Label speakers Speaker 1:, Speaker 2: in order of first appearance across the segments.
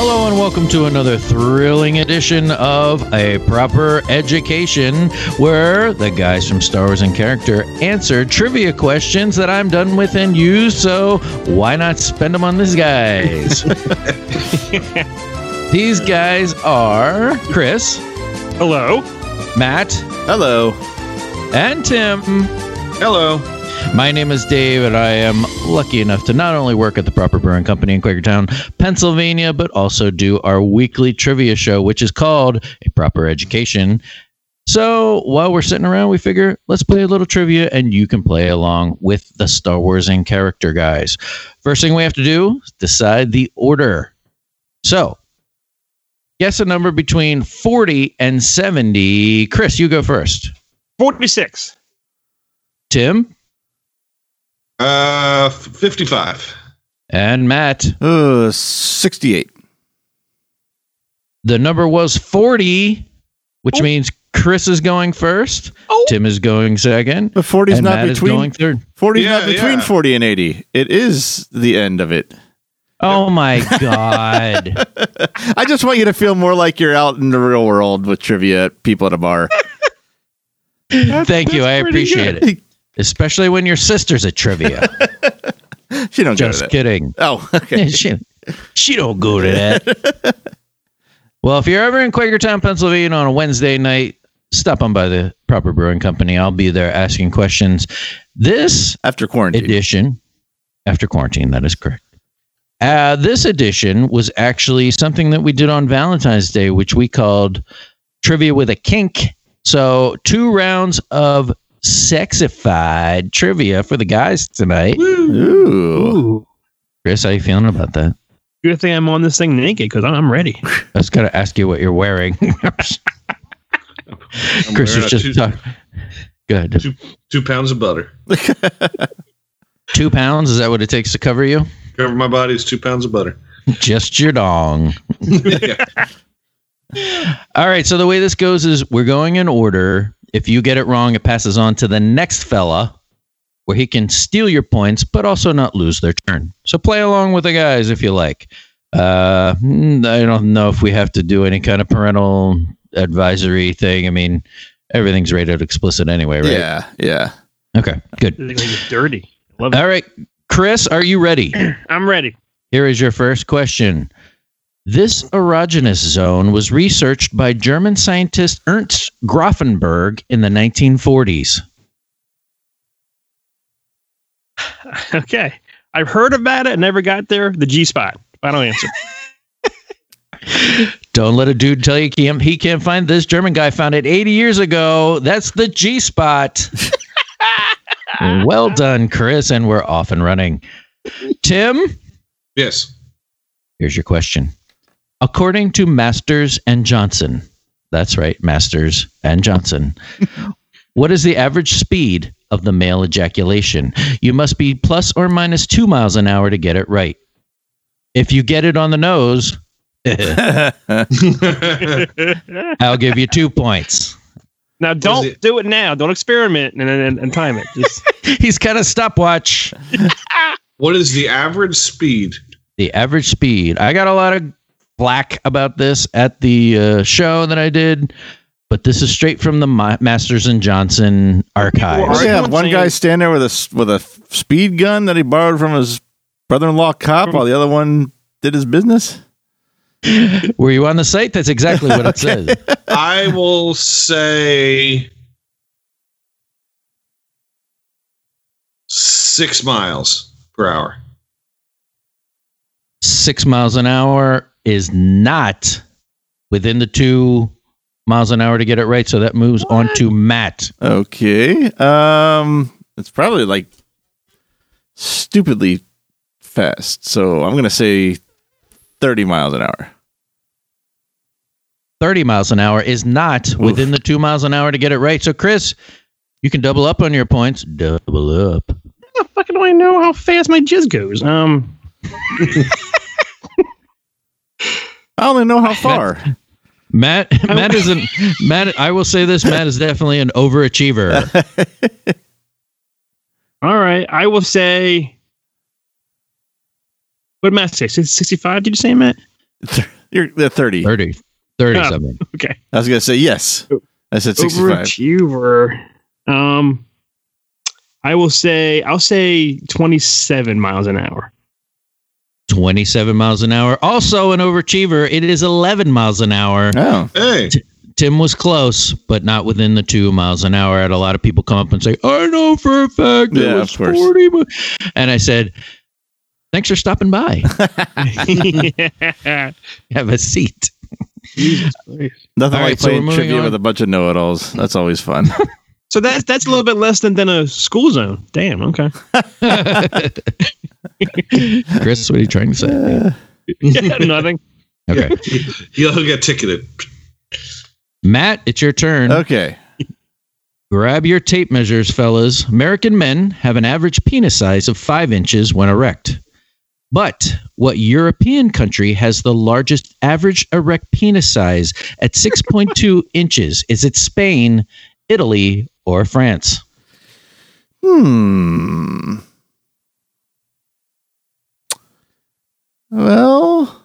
Speaker 1: Hello and welcome to another thrilling edition of A Proper Education, where the guys from Star Wars and Character answer trivia questions that I'm done with and use, so why not spend them on these guys? these guys are Chris,
Speaker 2: Hello.
Speaker 1: Matt,
Speaker 3: Hello.
Speaker 1: and Tim.
Speaker 3: Hello.
Speaker 1: My name is Dave, and I am lucky enough to not only work at the Proper Brewing Company in Quakertown, Pennsylvania, but also do our weekly trivia show, which is called A Proper Education. So while we're sitting around, we figure let's play a little trivia, and you can play along with the Star Wars and character guys. First thing we have to do is decide the order. So guess a number between 40 and 70. Chris, you go first.
Speaker 2: 46.
Speaker 1: Tim
Speaker 4: Uh, f- 55.
Speaker 1: and Matt.
Speaker 3: Uh, 68.
Speaker 1: The number was 40, which means Chris is going first.
Speaker 2: Oh.
Speaker 1: Tim is going second.
Speaker 3: But 40
Speaker 1: And
Speaker 3: is not
Speaker 1: Matt is going
Speaker 3: between
Speaker 1: third.
Speaker 3: 40 is
Speaker 4: Yeah,
Speaker 3: not between
Speaker 4: yeah.
Speaker 3: 40 and 80. It is the end of it.
Speaker 1: Oh my God.
Speaker 3: I just want you to feel more like you're out in the real world with trivia people at a bar.
Speaker 1: Thank you. I appreciate it. Especially when your sister's at trivia.
Speaker 3: She don't go to
Speaker 1: Just
Speaker 3: that.
Speaker 1: kidding.
Speaker 3: Oh, okay.
Speaker 1: she, she don't go to that. well, if you're ever in Quakertown, Pennsylvania on a Wednesday night, stop on by the proper brewing company. I'll be there asking questions. This
Speaker 3: After quarantine.
Speaker 1: edition after quarantine. That is correct. Uh, this edition was actually something that we did on Valentine's Day, which we called Trivia with a Kink. So, two rounds of sexified trivia for the guys tonight.
Speaker 3: Ooh.
Speaker 1: Chris, how you feeling about that?
Speaker 2: Good thing I'm on this thing naked because I'm, I'm ready.
Speaker 1: I was going to ask you what you're wearing.
Speaker 4: I'm
Speaker 1: Chris
Speaker 4: wearing
Speaker 1: is
Speaker 4: a
Speaker 1: just
Speaker 4: two,
Speaker 1: talking. Good.
Speaker 4: two pounds of butter.
Speaker 1: Two pounds? Is that what it takes to cover you?
Speaker 4: Cover my body is two pounds of butter.
Speaker 1: Just your dong.
Speaker 4: Yeah.
Speaker 1: All right. So the way this goes is we're going in order. If you get it wrong, it passes on to the next fella where he can steal your points, but also not lose their turn. So play along with the guys if you like. Uh, mm, I don't know if we have to do any kind of parental advisory thing. I mean, everything's rated explicit anyway, right?
Speaker 3: Yeah, yeah.
Speaker 1: Okay. Good.
Speaker 2: It's gonna get dirty. Love it.
Speaker 1: All right. Chris, are you ready?
Speaker 2: I'm ready.
Speaker 1: Here is your first question. This erogenous zone was researched by German scientist Ernst Grafenberg in the 1940s.
Speaker 2: Okay. I've heard about it. Never got there. The G spot. Final answer.
Speaker 1: Don't let a dude tell you can't, he can't find this. German guy found it 80 years ago. That's the G spot. well done, Chris. And we're off and running. Tim,
Speaker 4: yes.
Speaker 1: here's your question. According to Masters and Johnson, that's right, Masters and Johnson, what is the average speed of the male ejaculation? You must be plus or minus two miles an hour to get it right. If you get it on the nose, I'll give you two points.
Speaker 2: now don't
Speaker 4: it-
Speaker 2: do it now. Don't experiment and, and, and time it. Just
Speaker 1: He's got a stopwatch.
Speaker 4: what is the average speed?
Speaker 1: the average speed. I got a lot of flack about this at the uh, show that I did, but this is straight from the Ma- Masters and Johnson archives.
Speaker 2: Alright,
Speaker 3: yeah,
Speaker 2: I'm
Speaker 3: one
Speaker 2: saying-
Speaker 3: guy stand there with a s- with a f- speed gun that he borrowed from his brother-in-law cop, while the other one did his business.
Speaker 1: Were you on the site? That's exactly what it says.
Speaker 4: I will say six miles per hour.
Speaker 1: Six miles an hour is not within the two miles an hour to get it right. So that moves on to Matt.
Speaker 3: Okay, um, it's probably like stupidly fast. So I'm gonna say thirty miles an hour.
Speaker 1: 30 miles an hour is not within the two miles an hour to get it right. So, Chris, you can double up on your points. Double up.
Speaker 2: how the fuck do I know how fast my jizz goes? Um,
Speaker 3: I only know how far.
Speaker 1: Matt, Matt is an Matt. I will say this: Matt is definitely an overachiever.
Speaker 2: all right. I will say. What did Matt say? Six- 65, did you say, Matt?
Speaker 3: You're they're 30.
Speaker 1: 30. 30
Speaker 2: Yeah.
Speaker 1: something.
Speaker 2: Okay.
Speaker 3: I was going to say yes. I said 65.
Speaker 2: Overachiever. Um, I will say I'll say 27 miles an hour.
Speaker 1: 27 miles an hour. Also an overachiever. It is 11 miles an hour.
Speaker 3: Oh.
Speaker 4: Hey,
Speaker 1: Tim was close, but not within the two miles an hour. I had a lot of people come up and say, I know for a fact it
Speaker 3: Yeah,
Speaker 1: was
Speaker 3: of course.
Speaker 1: 40. mi-" And I said, Thanks for stopping by.
Speaker 2: yeah.
Speaker 1: Have a seat.
Speaker 2: Jesus Christ.
Speaker 3: Nothing
Speaker 1: All
Speaker 3: like
Speaker 1: right, so we're
Speaker 3: playing
Speaker 1: moving
Speaker 3: trivia
Speaker 1: on.
Speaker 3: with a bunch of know-it-alls. That's always fun.
Speaker 2: So that's that's a little bit less than than a school zone. Damn. Okay.
Speaker 1: Chris, what are you trying to say?
Speaker 2: Nothing.
Speaker 1: Okay.
Speaker 4: you'll get ticketed.
Speaker 1: Matt, it's your turn.
Speaker 3: okay.
Speaker 1: Grab your tape measures, fellas. American men have an average penis size of five inches when erect. But what European country has the largest average erect penis size at 6.2 inches? Is it Spain, Italy, or France?
Speaker 3: Hmm. Well,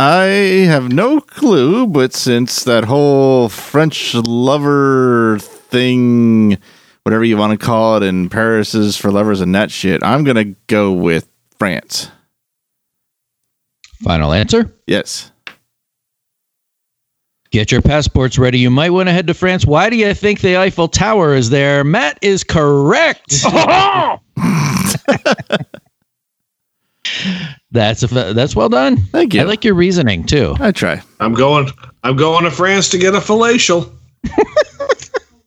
Speaker 3: I have no clue, but since that whole French lover thing, whatever you want to call it, and Paris is for lovers and that shit, I'm going to go with France.
Speaker 1: Final answer.
Speaker 3: Yes.
Speaker 1: Get your passports ready. You might want to head to France. Why do you think the Eiffel Tower is there? Matt is correct.
Speaker 2: Oh!
Speaker 1: That's a, fa- that's well done.
Speaker 3: Thank you.
Speaker 1: I like your reasoning too.
Speaker 3: I try.
Speaker 4: I'm going. I'm going to France to get a fellatio.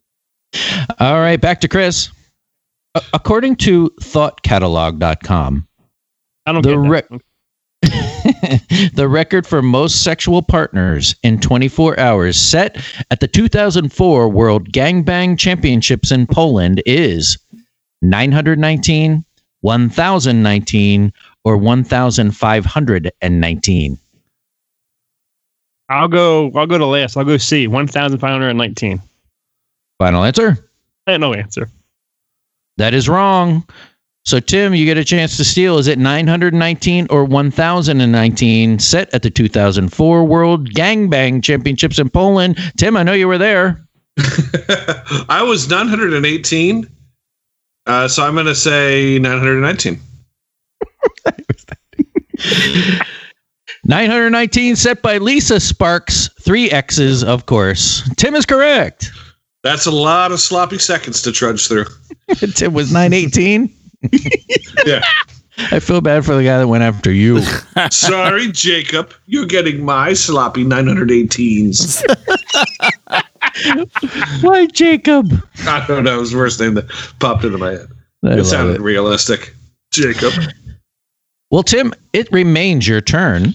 Speaker 1: All right, back to Chris. A- according to thoughtcatalog.com,
Speaker 2: I don't
Speaker 1: the,
Speaker 2: get that.
Speaker 1: re- the record for most sexual partners in 24 hours set at the 2004 World Gangbang Championships in Poland is 919, 1019, or 1519.
Speaker 2: I'll go. I'll go to last. I'll go C. One thousand five hundred nineteen.
Speaker 1: Final answer?
Speaker 2: I had no answer.
Speaker 1: That is wrong. So, Tim, you get a chance to steal. Is it 919 or 1019 set at the 2004 World Gangbang Championships in Poland? Tim, I know you were there.
Speaker 4: I was 918, uh, so I'm going to say 919.
Speaker 1: 919 set by Lisa Sparks, three X's, of course. Tim is correct.
Speaker 4: That's a lot of sloppy seconds to trudge through.
Speaker 1: Tim was 918.
Speaker 4: Yeah.
Speaker 1: I feel bad for the guy that went after you.
Speaker 4: Sorry, Jacob, you're getting my sloppy 918s.
Speaker 1: Why, Jacob?
Speaker 4: I don't know. It was the worst name that popped into my head.
Speaker 1: I
Speaker 4: It
Speaker 1: love
Speaker 4: sounded
Speaker 1: it.
Speaker 4: realistic. Jacob.
Speaker 1: Well, Tim, it remains your turn.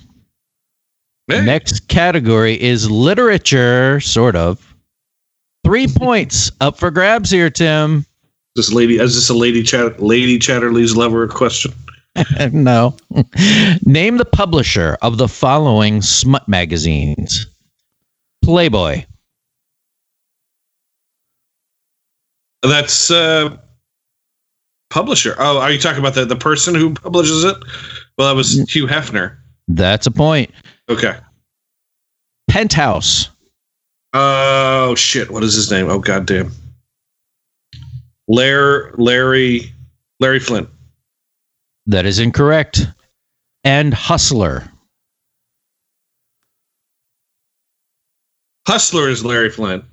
Speaker 4: Hey,
Speaker 1: Next category is literature, sort of. Three points up for grabs here, Tim.
Speaker 4: this lady is this a lady chat lady Chatterley's lover question?
Speaker 1: no. Name the publisher of the following smut magazines Playboy,
Speaker 4: That's uh publisher. Oh, are you talking about the, the person who publishes it? Well that was
Speaker 1: Mm.
Speaker 4: Hugh Hefner.
Speaker 1: that's a point.
Speaker 4: Okay.
Speaker 1: Penthouse,
Speaker 4: Oh shit! What is his name? Oh goddamn! Larry, Larry, Larry Flint.
Speaker 1: that is incorrect. And Hustler.
Speaker 4: Hustler is Larry Flint.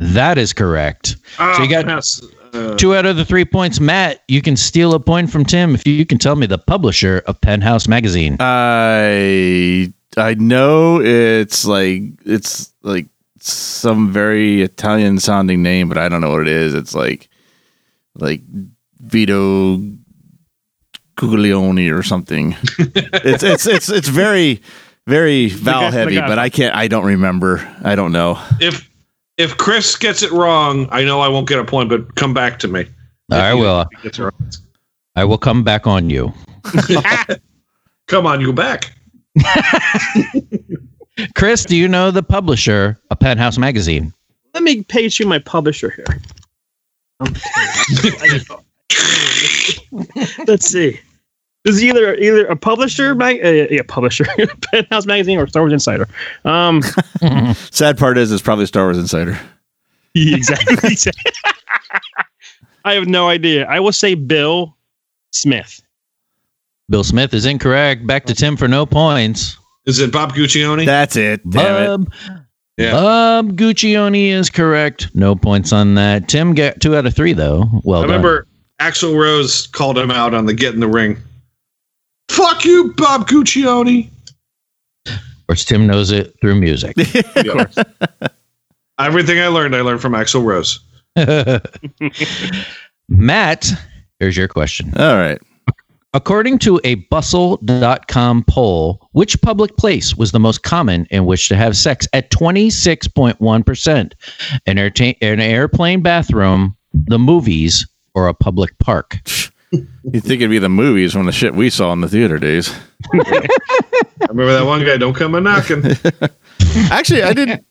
Speaker 1: That is correct.
Speaker 4: Oh,
Speaker 1: you got-
Speaker 4: yes. Uh,
Speaker 1: Two out of the three points, Matt. You can steal a point from Tim if you can tell me the publisher of Penthouse magazine.
Speaker 3: I I know it's like it's like some very Italian sounding name, but I don't know what it is. It's like like Vito Guglioni or something. it's it's it's it's very very vowel
Speaker 2: guy- the
Speaker 3: heavy,
Speaker 2: guy.
Speaker 3: but I can't. I don't remember. I don't know.
Speaker 4: if if Chris gets it wrong, I know I won't get a point, but come back to me.
Speaker 1: I will.
Speaker 4: If he gets it wrong.
Speaker 1: I will come back on you.
Speaker 4: Come on, you go back.
Speaker 1: Chris, do you know the publisher of Penthouse Magazine?
Speaker 2: Let me page you my publisher here. Um, Let's see. This is either either a publisher, mag- uh, yeah, publisher, Penthouse magazine, or Star Wars Insider. Um,
Speaker 3: Sad part is, it's probably Star Wars Insider.
Speaker 2: yeah, exactly. I have no idea. I will say Bill Smith.
Speaker 1: Bill Smith is incorrect. Back to Tim for no points.
Speaker 4: Is it Bob Guccione?
Speaker 3: That's it. Damn it.
Speaker 1: Bob,
Speaker 4: Yeah.
Speaker 1: Bob Guccione is correct. No points on that. Tim got two out of three though. Well
Speaker 4: I
Speaker 1: done.
Speaker 4: remember Axel Rose called him out on the Get in the Ring. Fuck you, Bob Guccione.
Speaker 1: Of course, Tim knows it through music.
Speaker 4: Everything I learned, I learned from Axel Rose.
Speaker 1: Matt, here's your question.
Speaker 3: All right.
Speaker 1: According to a bustle.com poll, which public place was the most common in which to have sex at 26.1%? An, airta- an airplane bathroom, the movies, or a public park?
Speaker 3: You'd think it'd be the movies from the shit we saw in the theater days.
Speaker 4: I remember that one guy, don't come a knocking.
Speaker 3: Actually, I didn't.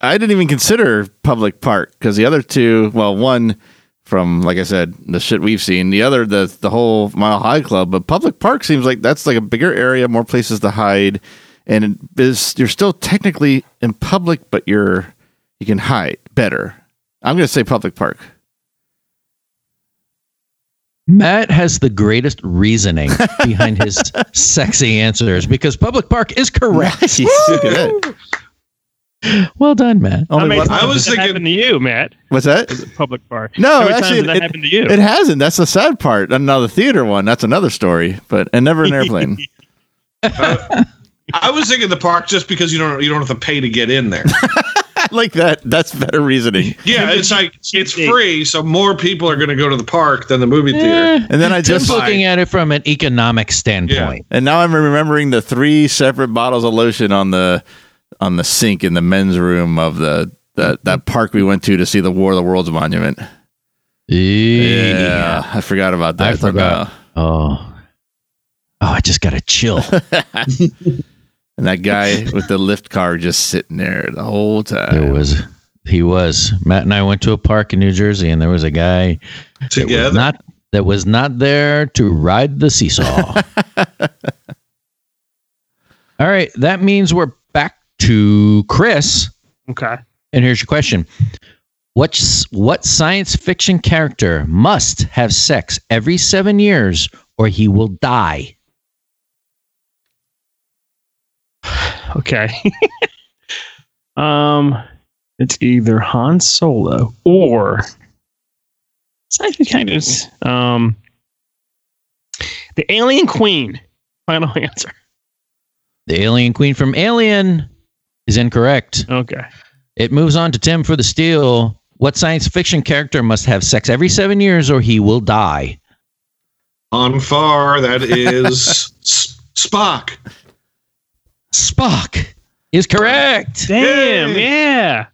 Speaker 3: I didn't even consider public park because the other two. Well, one from like I said, the shit we've seen. The other, the the whole Mile High Club. But public park seems like that's like a bigger area, more places to hide, and it is you're still technically in public, but you're you can hide better. I'm gonna say public park.
Speaker 1: Matt has the greatest reasoning behind his sexy answers because public park is correct.
Speaker 3: Look at that.
Speaker 1: Well done, Matt.
Speaker 3: Only
Speaker 2: How many
Speaker 3: one-
Speaker 2: times
Speaker 4: I was
Speaker 2: has that
Speaker 4: thinking-
Speaker 2: happened to you, Matt.
Speaker 3: what's that?
Speaker 2: Public park.
Speaker 3: No,
Speaker 2: How many
Speaker 3: actually,
Speaker 2: times has that happened to you?
Speaker 3: It hasn't. That's the sad part. And now the theater one. That's another story. But and never an airplane.
Speaker 4: I was thinking the park just because you don't you don't have to pay to get in there.
Speaker 3: I like that. That's better reasoning.
Speaker 4: Yeah, it's like it's free, so more people are going to go to the park than the movie theater.
Speaker 1: Eh,
Speaker 3: And then I
Speaker 1: Just
Speaker 3: just
Speaker 1: looking at it from an economic standpoint.
Speaker 3: and now I'm remembering the three separate bottles of lotion on the on the sink in the men's room of the that that park we went to to see the War of the Worlds monument.
Speaker 1: Yeah.
Speaker 3: I forgot about that. uh,
Speaker 1: I forgot. Eh, Oh. Oh, I just got a chill.
Speaker 3: And that guy with the lift car just sitting there the whole
Speaker 1: There
Speaker 3: time.
Speaker 1: was he was Matt and I went to a park in New Jersey, and there was a guy that was
Speaker 4: Together,
Speaker 1: not that was not there to ride the seesaw. All right, that means we're back to Chris,
Speaker 2: Okay.
Speaker 1: and here's your question: What s- what science fiction character must have sex every seven years, or he will die?
Speaker 2: Okay. um, it's either Han Solo or it's actually kind of um the Alien Queen. Final answer.
Speaker 1: The alien queen from Alien is incorrect.
Speaker 2: Okay.
Speaker 1: It moves on to Tim for the steal. What science fiction character must have sex every seven years or he will die?
Speaker 4: on far that is S- Spock.
Speaker 1: Spock is correct.
Speaker 2: Damn.
Speaker 4: Yay.
Speaker 2: Yeah.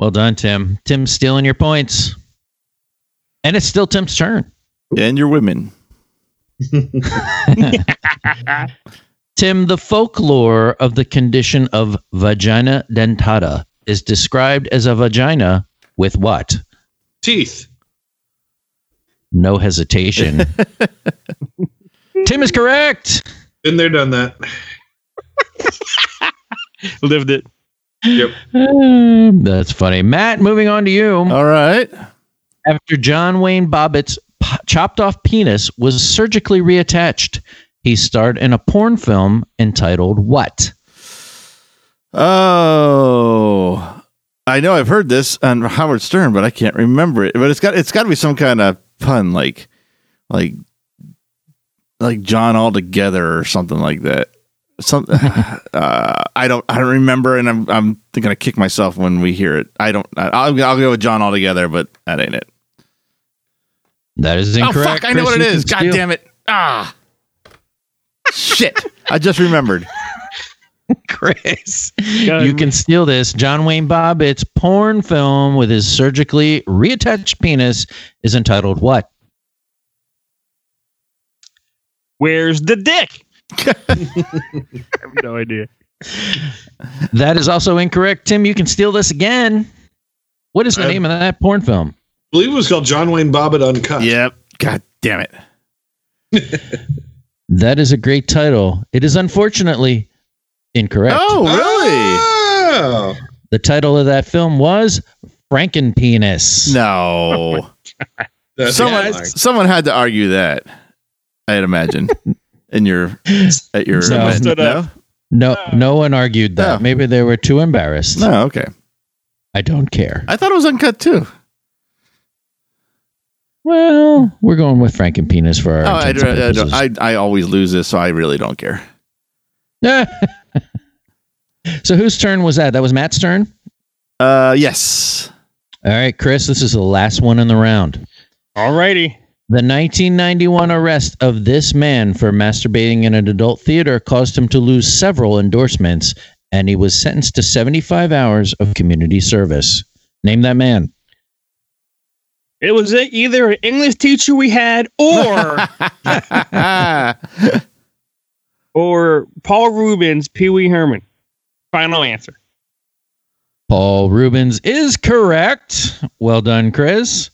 Speaker 1: Well done, Tim. Tim stealing your points. And it's still Tim's turn.
Speaker 3: And your women.
Speaker 1: Tim, the folklore of the condition of vagina dentata is described as a vagina with what?
Speaker 4: Teeth.
Speaker 1: No hesitation. Tim is correct.
Speaker 4: Been there, done that.
Speaker 2: Lived it.
Speaker 1: Um, that's funny. Matt, moving on to you.
Speaker 3: All right.
Speaker 1: after John Wayne Bobbitt's p- chopped off penis was surgically reattached. He starred in a porn film entitled What?
Speaker 3: Oh, I know I've heard this on Howard Stern, but I can't remember it. But it's got it's got to be some kind of pun, like like like John all together or something like that. Something uh, I don't I don't remember, and I'm I'm gonna kick myself when we hear it. I don't. I, I'll I'll go with John all together, but that ain't it.
Speaker 1: That is
Speaker 3: Oh
Speaker 1: incorrect.
Speaker 3: fuck! I know
Speaker 1: Chris,
Speaker 3: what it
Speaker 1: you can
Speaker 3: is. God
Speaker 1: steal.
Speaker 3: damn it! Ah, shit! I just remembered.
Speaker 1: Chris.
Speaker 2: Got
Speaker 1: You
Speaker 2: him.
Speaker 1: can steal this. John Wayne Bobbitt's porn film with his surgically reattached penis is entitled What?
Speaker 2: Where's the dick? I have no idea.
Speaker 1: That is also incorrect. Tim, you can steal this again. What is the
Speaker 4: Uh,
Speaker 1: name of that porn film?
Speaker 4: I believe it was called John Wayne Bobbitt Uncut.
Speaker 3: Yep. God damn it.
Speaker 1: that is a great title. It is unfortunately incorrect.
Speaker 3: Oh, really?
Speaker 4: Oh.
Speaker 1: The title of that film was Frankenpenis.
Speaker 3: No.
Speaker 4: That's
Speaker 3: someone
Speaker 4: nice.
Speaker 3: someone had to argue that. I'd imagine. In your at your
Speaker 1: Someone
Speaker 3: event.
Speaker 2: stood
Speaker 3: no?
Speaker 2: up.
Speaker 1: No, no one argued that.
Speaker 3: No.
Speaker 1: Maybe they were too embarrassed.
Speaker 3: no, okay.
Speaker 1: I don't care.
Speaker 3: I thought it was uncut too.
Speaker 1: well, we're going with Frankenpenis for our.
Speaker 3: Oh, I,
Speaker 1: intents and
Speaker 3: don't-
Speaker 1: purposes.
Speaker 3: I, don't- I, I always lose this, so I really don't care.
Speaker 1: so whose turn was that? That was Matt's turn.
Speaker 3: Uh, yes.
Speaker 1: All right, Chris. This is the last one in the round.
Speaker 2: Alrighty.
Speaker 1: The 1991 arrest of this man for masturbating in an adult theater caused him to lose several endorsements, and he was sentenced to 75 hours of community service. Name that man.
Speaker 2: It was either an English teacher we had or or Paul Rubens, Pee Wee Herman. Final answer.
Speaker 1: Paul Rubens is correct. Well done, Chris.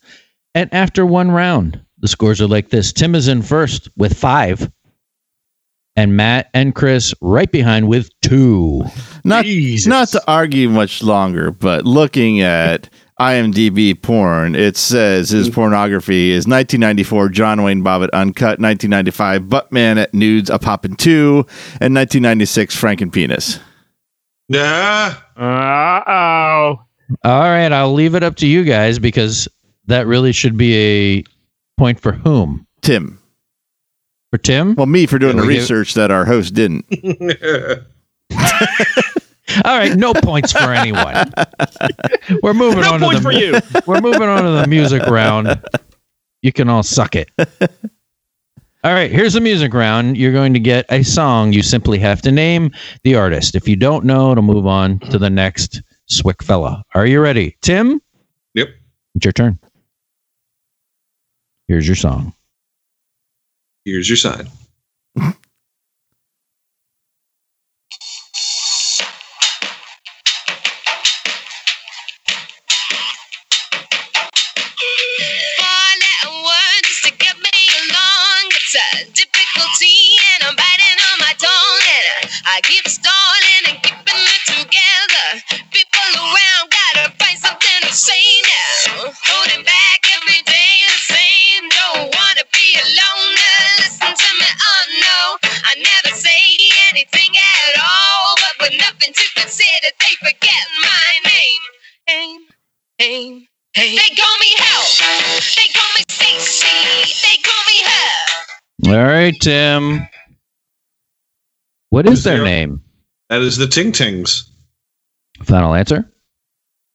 Speaker 1: And after one round, the scores are like this Tim is in first with five, and Matt and Chris right behind with two.
Speaker 3: not
Speaker 2: Jesus.
Speaker 3: not to argue much longer, but looking at IMDb porn, it says his
Speaker 2: Mm.
Speaker 3: pornography is 1994 John Wayne Bobbitt uncut, 1995 Buttman at nudes a poppin' two, and 1996 Franken penis.
Speaker 4: Nah.
Speaker 2: Uh-oh.
Speaker 1: All right, I'll leave it up to you guys because that really should be a point for whom?
Speaker 3: Tim,
Speaker 1: For Tim?
Speaker 3: well, me for doing
Speaker 1: Yeah,
Speaker 3: the
Speaker 1: we give-
Speaker 3: research that our host didn't.
Speaker 1: All right, no points for anyone. We're moving
Speaker 2: No
Speaker 1: on
Speaker 2: point
Speaker 1: to the
Speaker 2: for you.
Speaker 1: We're moving on to the music round. You can all suck it. All right, here's the music round. You're going to get a song. You simply have to name the artist. If you don't know, it'll move on to the next Swick fella. Are you ready? Tim?
Speaker 4: Yep.
Speaker 1: It's your turn. Here's your song.
Speaker 4: Here's your sign.
Speaker 5: Born at work just to get me along. It's a difficulty, and I'm biting on my tongue. And I, I keep stalling and keeping it together. People around gotta find something to say now. Holding back every day the same. Don't wanna be a loner. Listen to me, oh no. I never say anything at all. But with nothing to consider, they forget my name. Name, name. They call me help. They call me Stacy. They call me her.
Speaker 1: All right, Tim. What is their name?
Speaker 4: That is the Ting Tings.
Speaker 1: Final answer.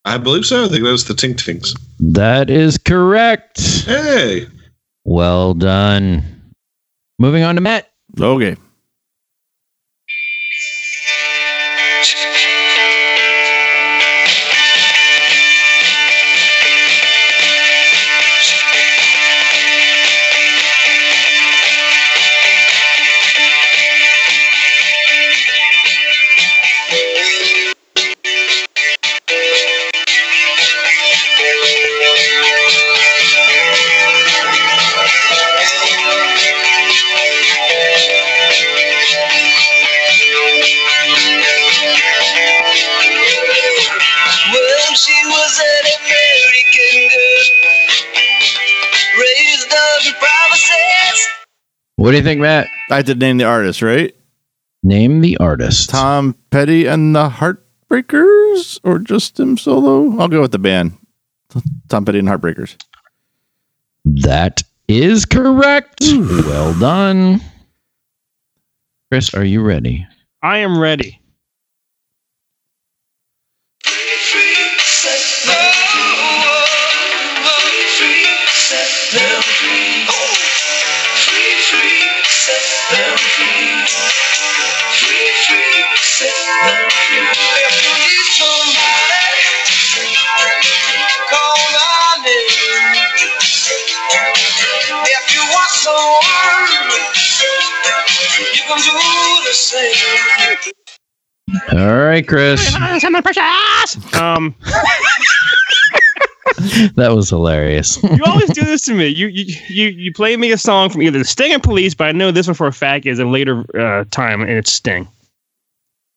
Speaker 4: I believe so. I think that was the Ting Tings.
Speaker 1: That is correct.
Speaker 4: Hey.
Speaker 1: Well done. Moving on to Matt.
Speaker 3: Okay.
Speaker 5: Well, she was an American girl, raised up in promises.
Speaker 1: What do you think, Matt?
Speaker 3: I had to name the artist, right?
Speaker 1: Name the artist.
Speaker 3: Tom Petty and the Heartbreakers, or just him solo? I'll go with the band. Tom Petty and Heartbreakers.
Speaker 1: That is correct. Well done. Chris, are you ready?
Speaker 2: I am ready.
Speaker 5: If you want someone, you can do the same.
Speaker 1: All right, Chris.
Speaker 2: Um
Speaker 1: that was hilarious.
Speaker 2: You always do this to me. You you you, you play me a song from either Sting or Police, but I know this one for a fact is a later uh, time, and it's Sting.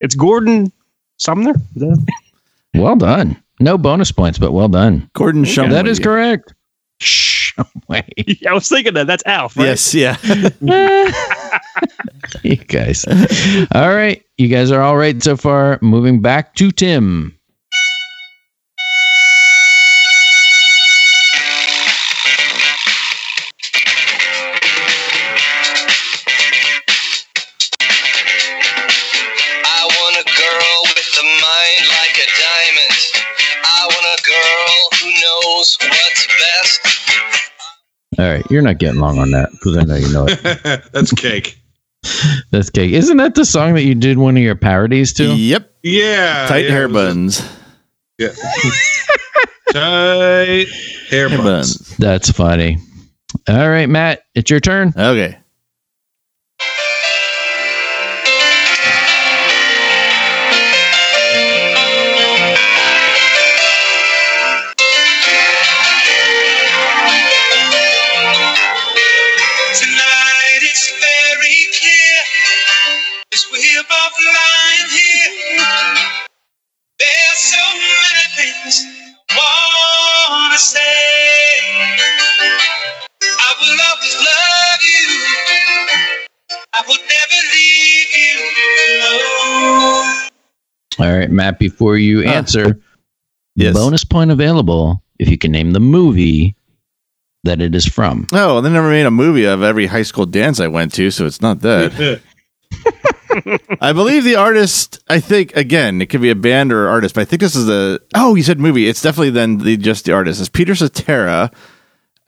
Speaker 2: It's Gordon Sumner. Is that-
Speaker 1: well done. No bonus points, but well done.
Speaker 3: Gordon Shumway.
Speaker 1: That is correct. Shh. Wait.
Speaker 2: I was thinking that. That's Alf. Right?
Speaker 3: Yes, yeah.
Speaker 1: you guys. All right. You guys are all right so far. Moving back to Tim.
Speaker 5: I want a girl with a mind like a diamond. I want a girl who knows what's best.
Speaker 1: All right. You're not getting long on that because I know you know it.
Speaker 4: That's cake.
Speaker 1: That's cake. Isn't that the song that you did one of your parodies to?
Speaker 3: Yep.
Speaker 4: Yeah.
Speaker 3: Tight
Speaker 4: Uh, yeah,
Speaker 3: hair
Speaker 4: it was
Speaker 3: buns.
Speaker 4: a Tight
Speaker 3: Hair
Speaker 4: hair buns.
Speaker 3: buns.
Speaker 1: That's funny. All right, Matt, it's your turn.
Speaker 3: Okay.
Speaker 5: Tonight it's very clear, as we above lying here. There's so many things I wanna say. I will always love you. I will never leave you alone.
Speaker 1: All right, Matt, before
Speaker 2: Ah.
Speaker 1: you answer,
Speaker 3: Yes.
Speaker 1: bonus point available if you can name the movie that it is from.
Speaker 3: Oh, they never made a movie of every high school dance I went to, so it's not that. I believe the artist, I think, again, it could be a band or artist, but I think this is a. Oh, you said movie. It's definitely then the, just the artist. It's Peter Cetera,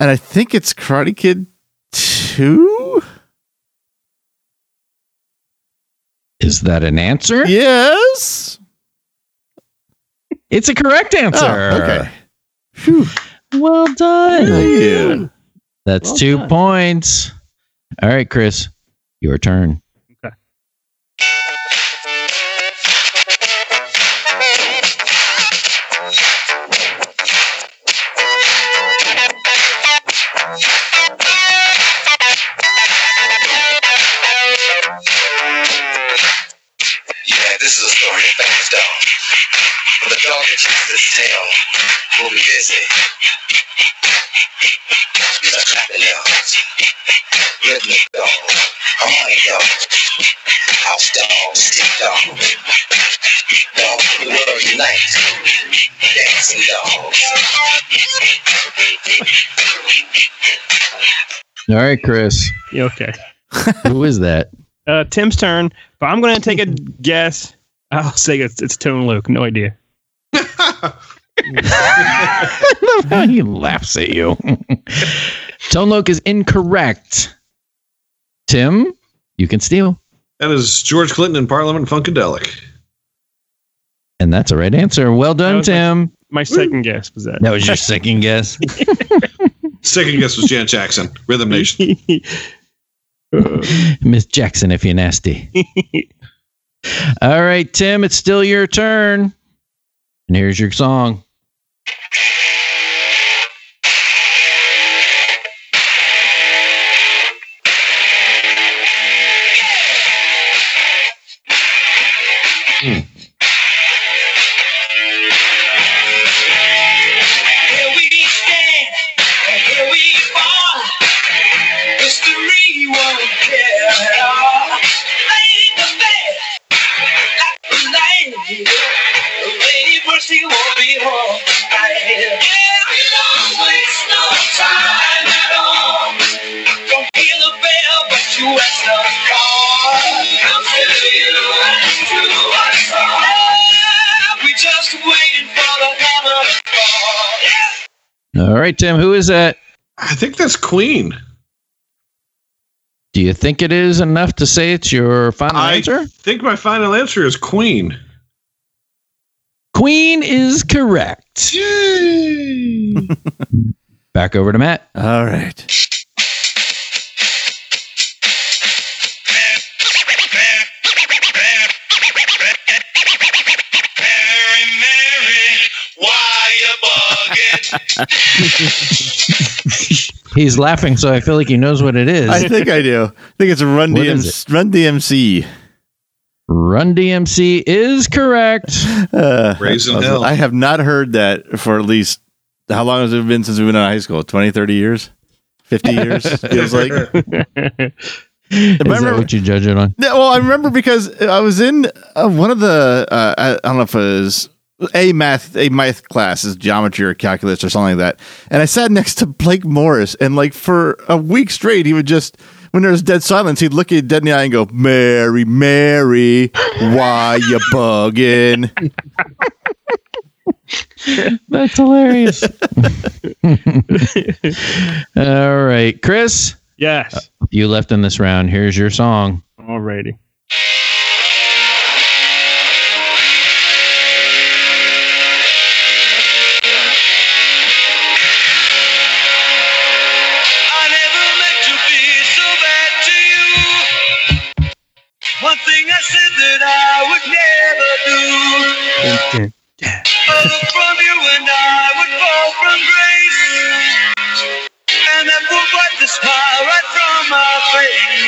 Speaker 3: and I think it's Karate Kid 2?
Speaker 1: Is that an answer?
Speaker 3: Yes.
Speaker 1: It's a correct answer.
Speaker 3: Oh, okay. Phew.
Speaker 1: Well done.
Speaker 3: Thank you.
Speaker 1: That's
Speaker 2: Well
Speaker 1: two
Speaker 2: done.
Speaker 1: points. All right, Chris, your turn.
Speaker 5: Yeah, this is a story of famous dog. But the dog that chases its tail will be busy. He's a clapping dog. Rhythmic dog. Harmonic dog. House dog. Stick dog. Dog of the world unite. Dancing dogs.
Speaker 1: All right, Chris,
Speaker 2: Yeah, Okay.
Speaker 1: who is that?
Speaker 2: Uh, Tim's turn, but I'm going to take a guess. I'll say it's, it's Tone Luke. No idea.
Speaker 1: I love how he laughs at you. Tone Loc is incorrect. Tim, you can steal.
Speaker 4: That is George Clinton in Parliament Funkadelic.
Speaker 1: And that's a right answer. Well
Speaker 2: That
Speaker 1: done,
Speaker 2: was my-
Speaker 1: Tim.
Speaker 2: My second guess was that.
Speaker 1: That was your second guess.
Speaker 4: Second guess was Janet Jackson, Rhythm Nation.
Speaker 1: Miss Jackson, if you're nasty. All right, Tim, it's still your turn. And here's your song.
Speaker 5: Here we stand, and here we fall. History won't care at all. Lady Macbeth, happy lady. Lady Mercy won't be home tonight. Yeah, we don't waste no time at all. Don't hear the bell, but you answer the call. Come to you and to us all. Yeah, we just waiting for the hammer to fall. Yeah.
Speaker 1: All right, Tim, who is that?
Speaker 4: I think that's Queen.
Speaker 1: Do you think it is enough to say it's your final
Speaker 4: I
Speaker 1: answer?
Speaker 4: think my final answer is Queen.
Speaker 1: Queen is correct. Back over to Matt.
Speaker 3: All right.
Speaker 5: Mary, Mary, why you bugging?
Speaker 1: He's laughing, so I feel like he knows what it is.
Speaker 3: I think I do. I think it's Run
Speaker 1: What is
Speaker 3: DMC. Run DMC.
Speaker 1: Run DMC is correct.
Speaker 3: Uh,
Speaker 4: Raisin
Speaker 3: I was-
Speaker 4: Hell.
Speaker 3: I have not heard that for at least how long has it been since we've been in high school? 20, 30 years? 50 years? feels like.
Speaker 1: Is
Speaker 3: Remember-
Speaker 1: that what you judge it on?
Speaker 3: Yeah, well, I remember because I was in uh, one of the uh, I, I don't know if it was a math a math class is geometry or calculus or something like that, and I sat next to Blake Morris, and like for a week straight, he would just when there was dead silence, he'd look at dead in the eye and go, "Mary, Mary, why you bugging?"
Speaker 1: That's hilarious. All right, Chris,
Speaker 2: yes.
Speaker 1: you left in this round. Here's your song.
Speaker 2: Alrighty.
Speaker 6: I never meant to be so bad to you. One thing I said that I would never do. Follow from you and I would fall from grace. And that would wipe the smile right from my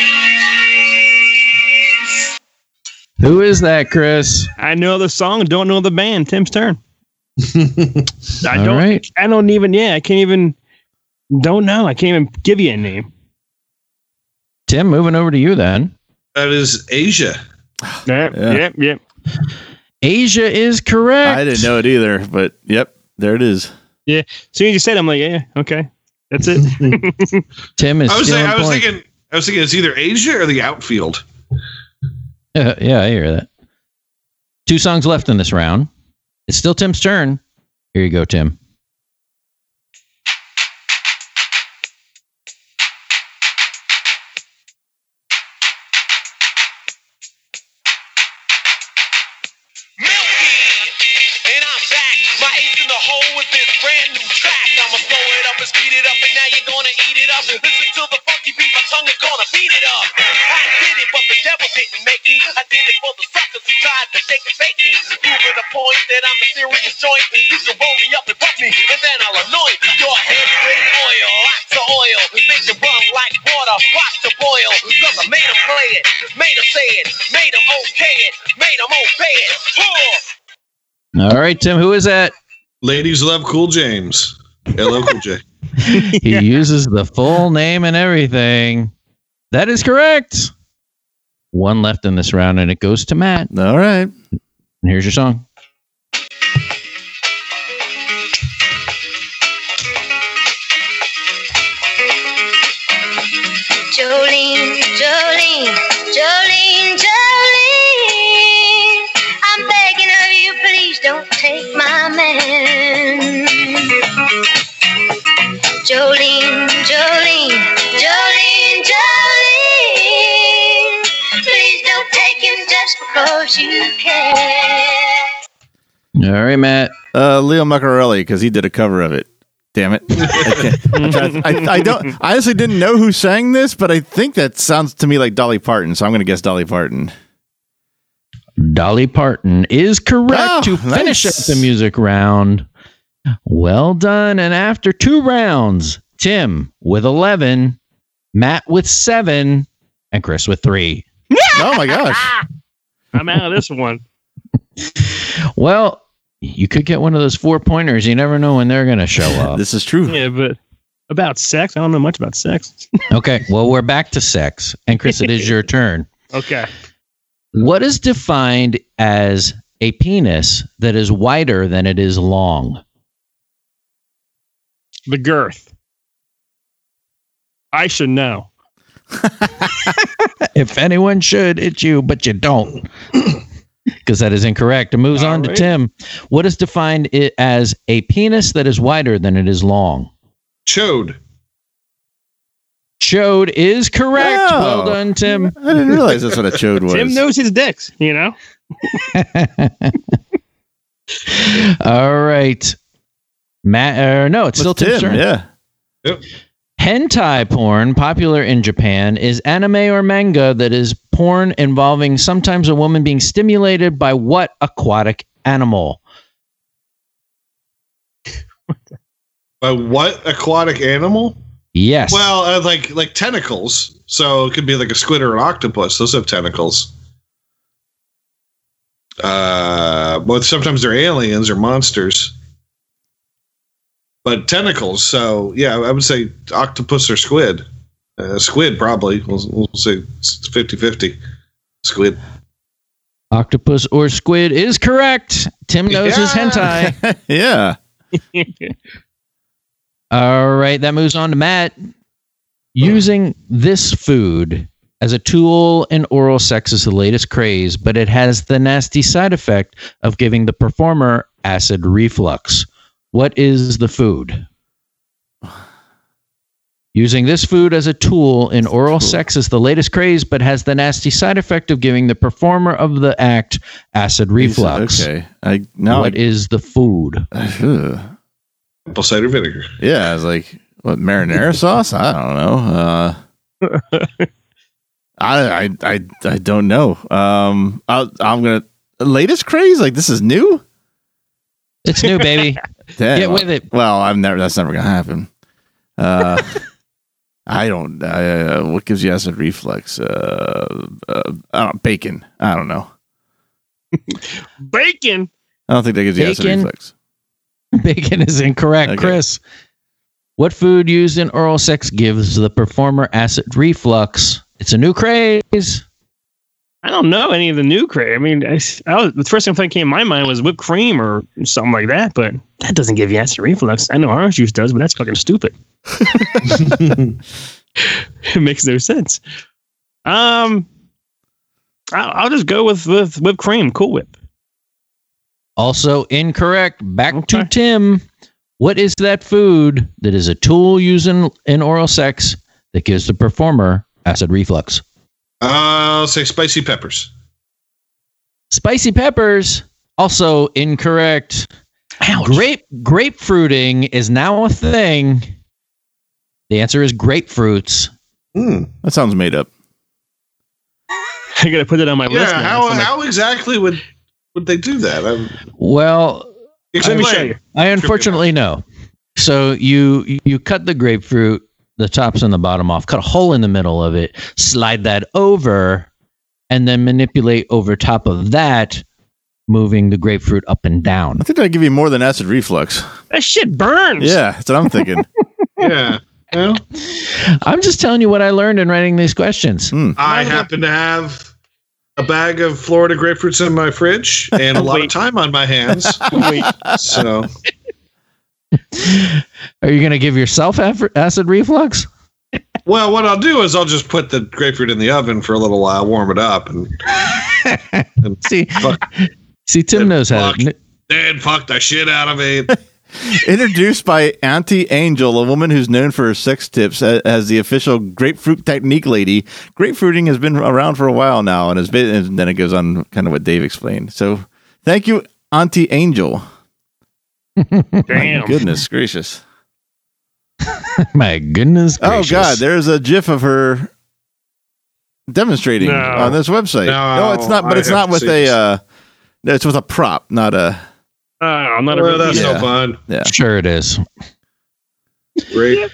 Speaker 6: face.
Speaker 1: Who is that, Chris?
Speaker 2: I know the song, don't know the band. Tim's turn. I
Speaker 1: All
Speaker 2: don't
Speaker 1: right.
Speaker 2: I don't even yeah, I can't even don't know. I can't even give you a name.
Speaker 1: Tim, moving over to you then.
Speaker 4: That is Asia.
Speaker 2: Yep,
Speaker 3: Yeah.
Speaker 2: yep, yep.
Speaker 1: Asia is correct.
Speaker 3: I didn't know it either, but yep, there it is.
Speaker 2: So you just said I'm like, yeah, okay. That's it.
Speaker 1: Tim is
Speaker 4: I was,
Speaker 1: still
Speaker 4: thinking, I
Speaker 1: on
Speaker 4: was
Speaker 1: point.
Speaker 4: thinking. I was thinking it's either Asia or the outfield.
Speaker 1: Yeah, yeah, I hear that. Two songs left in this round. It's still Tim's turn. Here you go, Tim.
Speaker 6: Milky, and I'm back. My ace in the hole with this brand new track. I'ma slow it up and speed it up, and now you're gonna eat it up. Listen to the funky beat, my tongue is gonna beat it up. I did it, but the devil didn't make me. I did it for the suckers who tried to shake and fake me. Proving the point that I'm a serious joint. You can roll me up and pump me, and then I'll annoy your head with oil. Lots of oil, make it run like water. Watch the boil, cause I made 'em play it, made 'em say it, made 'em okay it, made 'em obey it. Huh.
Speaker 1: All right, Tim, who is that?
Speaker 4: Ladies love Cool James. Hello, Cool J.
Speaker 1: He uses the full name and everything. That is correct. One left in this round, and it goes to Matt.
Speaker 3: All right,
Speaker 1: And here's your song.
Speaker 5: Jolene, Jolene, Jolene, Jolene. I'm begging of you, please don't take my man. Jolene, Jolene, Jolene, Jolene. Please don't take him just because you can.
Speaker 1: All right, Matt.
Speaker 3: uh, Leo Macarelli because he did a cover of it. Damn it! I can't- I, I don't. I honestly didn't know who sang this, but I think that sounds to me like Dolly Parton. So I'm going to guess Dolly Parton.
Speaker 1: Dolly Parton is correct
Speaker 3: Oh,
Speaker 1: to finish
Speaker 3: nice.
Speaker 1: up the music round. Well done. And after two rounds, Tim with 11, Matt with seven, and Chris with three.
Speaker 3: Oh my gosh!
Speaker 2: I'm out of this one.
Speaker 1: Well, you could get one of those four pointers. You never know when they're going to show up.
Speaker 3: This is true.
Speaker 2: Yeah, but about sex, I don't know much about sex.
Speaker 1: okay. Well, we're back to sex. And Chris, it is your turn.
Speaker 2: Okay.
Speaker 1: What is defined as a penis that is wider than it is long?
Speaker 2: The girth. I should know.
Speaker 1: If anyone should, it's you, but you don't. Because that is incorrect. It moves on to
Speaker 2: Alright.
Speaker 1: Tim. What is defined i- as a penis that is wider than it is long?
Speaker 4: Chode.
Speaker 1: Chode is correct. Well
Speaker 3: Wow.
Speaker 1: done, Tim.
Speaker 3: I didn't realize that's what a chode was.
Speaker 2: Tim knows his dicks, you know?
Speaker 1: All right. Matt, er, no, it's
Speaker 3: It's
Speaker 1: still Tim's turn.
Speaker 3: Yeah.
Speaker 1: Hentai porn, popular in Japan, is anime or manga that is porn involving sometimes a woman being stimulated by what aquatic animal?
Speaker 4: A what aquatic animal?
Speaker 1: Yes.
Speaker 4: Well, uh, like like tentacles. So it could be like a squid or an octopus. Those have tentacles. Uh, but sometimes they're aliens or monsters. But tentacles. So yeah, I would say octopus or squid. Uh, squid probably. We'll, we'll say 50-50. Squid.
Speaker 1: octopus or squid is correct. Tim knows his
Speaker 4: Yeah.
Speaker 1: hentai.
Speaker 3: yeah.
Speaker 1: All right, that moves on to Matt. Using this food as a tool in oral sex is the latest craze, but it has the nasty side effect of giving the performer acid reflux. What is the food? Using this food as a tool in oral sex is the latest craze, but has the nasty side effect of giving the performer of the act acid reflux.
Speaker 3: Okay. I
Speaker 1: Now
Speaker 3: now. I,
Speaker 1: the food?
Speaker 3: Ugh.
Speaker 4: Apple cider vinegar.
Speaker 3: yeah. I was like, what marinara sauce? I don't know. Uh, I, I I I don't know. Um, I, I'm gonna latest craze. Like this is new.
Speaker 1: It's new, baby.
Speaker 3: Damn.
Speaker 1: Get with it.
Speaker 3: Well, I've never. That's never gonna happen. Uh, I don't. I, uh, what gives you acid reflux? Uh, uh, I don't, bacon. I don't know.
Speaker 2: Bacon.
Speaker 3: I don't think that gives you acid
Speaker 1: Bacon?
Speaker 3: reflux.
Speaker 1: Bacon is incorrect,
Speaker 3: Okay.
Speaker 1: Chris. What food used in oral sex gives the performer acid reflux? It's a new craze.
Speaker 2: I don't know any of the new craze. I mean, I, s- I was, the first thing that came to my mind was whipped cream or something like that, but that doesn't give you acid reflux. I know orange juice does, but that's fucking stupid. it makes no sense. Um, I, I'll just go with, with whipped cream, Cool Whip.
Speaker 1: Also incorrect. Back to
Speaker 2: Okay.
Speaker 1: Tim. What is that food that is a tool used in, in oral sex that gives the performer acid reflux?
Speaker 4: Uh, I'll say spicy peppers.
Speaker 1: Spicy peppers. Also incorrect. Grape grapefruiting is now a thing. The answer is grapefruits.
Speaker 3: That sounds made up.
Speaker 2: I gotta put that on my list.
Speaker 4: Yeah.
Speaker 2: now.
Speaker 4: How,
Speaker 2: It's on my-
Speaker 4: how exactly would would they do that? Um, I'm,
Speaker 1: Well,
Speaker 2: Let
Speaker 4: explain.
Speaker 2: me show you.
Speaker 1: I unfortunately know. So you you cut the grapefruit, the tops and the bottom off, cut a hole in the middle of it, slide that over, and then manipulate over top of that, moving the grapefruit up and down.
Speaker 3: I think that give you more than acid reflux.
Speaker 2: That shit burns.
Speaker 3: Yeah, that's what I'm thinking.
Speaker 4: Yeah. Well,
Speaker 1: I'm just telling you what I learned in writing these questions.
Speaker 4: I happen to have a bag of Florida grapefruits in my fridge and a lot of
Speaker 2: Wait.
Speaker 4: time on my hands.
Speaker 2: Wait,
Speaker 4: So
Speaker 1: Are you going to give yourself af- acid reflux?
Speaker 4: well what I'll do is I'll just put the grapefruit in the oven for a little while, warm it up and
Speaker 1: See,
Speaker 4: Fuck.
Speaker 1: see, Tim knows how.
Speaker 4: Fuck.
Speaker 1: To,
Speaker 4: then fuck the shit out of it.
Speaker 3: Introduced by Auntie Angel, a woman who's known for her sex tips a- as the official grapefruit technique lady. Grapefruiting has been around for a while now, and has been. And then it goes on kind of what Dave explained. So, thank you, Auntie Angel.
Speaker 2: damn.
Speaker 3: Oh Goodness gracious.
Speaker 1: my goodness! Gracious.
Speaker 3: Oh God, there's a GIF of her demonstrating
Speaker 2: No.
Speaker 3: on this website.
Speaker 4: No,
Speaker 3: No, it's not. But
Speaker 4: I
Speaker 3: it's not
Speaker 4: haven't
Speaker 3: with
Speaker 4: seen
Speaker 3: a.
Speaker 4: this.
Speaker 3: Uh, no, it's with a prop, not a.
Speaker 2: Uh, I'm not a
Speaker 4: Well, that's
Speaker 3: Yeah.
Speaker 4: no fun.
Speaker 1: Sure, it is.
Speaker 4: Grapefruit.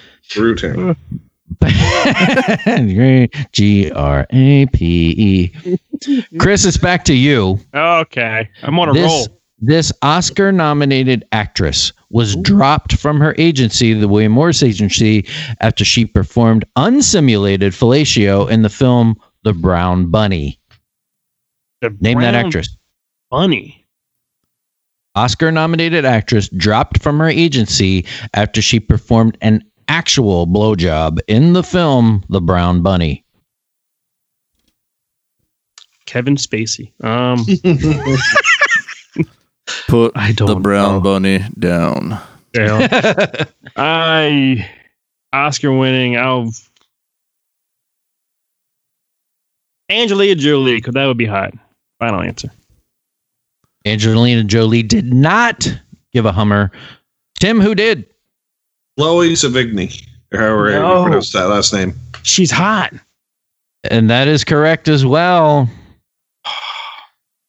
Speaker 1: G R A P E. Chris, it's back to you.
Speaker 2: Okay, I'm on a
Speaker 1: This,
Speaker 2: roll.
Speaker 1: this Oscar nominated actress was dropped from her agency, the William Morris Agency, after she performed unsimulated fellatio in the film The Brown Bunny.
Speaker 2: The
Speaker 1: Name that
Speaker 2: brown
Speaker 1: actress.
Speaker 2: Bunny.
Speaker 1: Oscar nominated actress dropped from her agency after she performed an actual blowjob in the film The Brown Bunny.
Speaker 2: Kevin Spacey. Um,
Speaker 3: Put
Speaker 2: I don't
Speaker 3: the brown
Speaker 2: know.
Speaker 3: bunny down.
Speaker 2: Yeah. I Oscar winning. I'll Angelina Jolie because that would be hot. Final answer.
Speaker 1: Angelina Jolie did not give a Hummer. Tim, who did?
Speaker 4: Chloe Savigny. Or however
Speaker 2: No.
Speaker 4: you pronounce that last name.
Speaker 2: She's hot.
Speaker 1: And that is correct as well.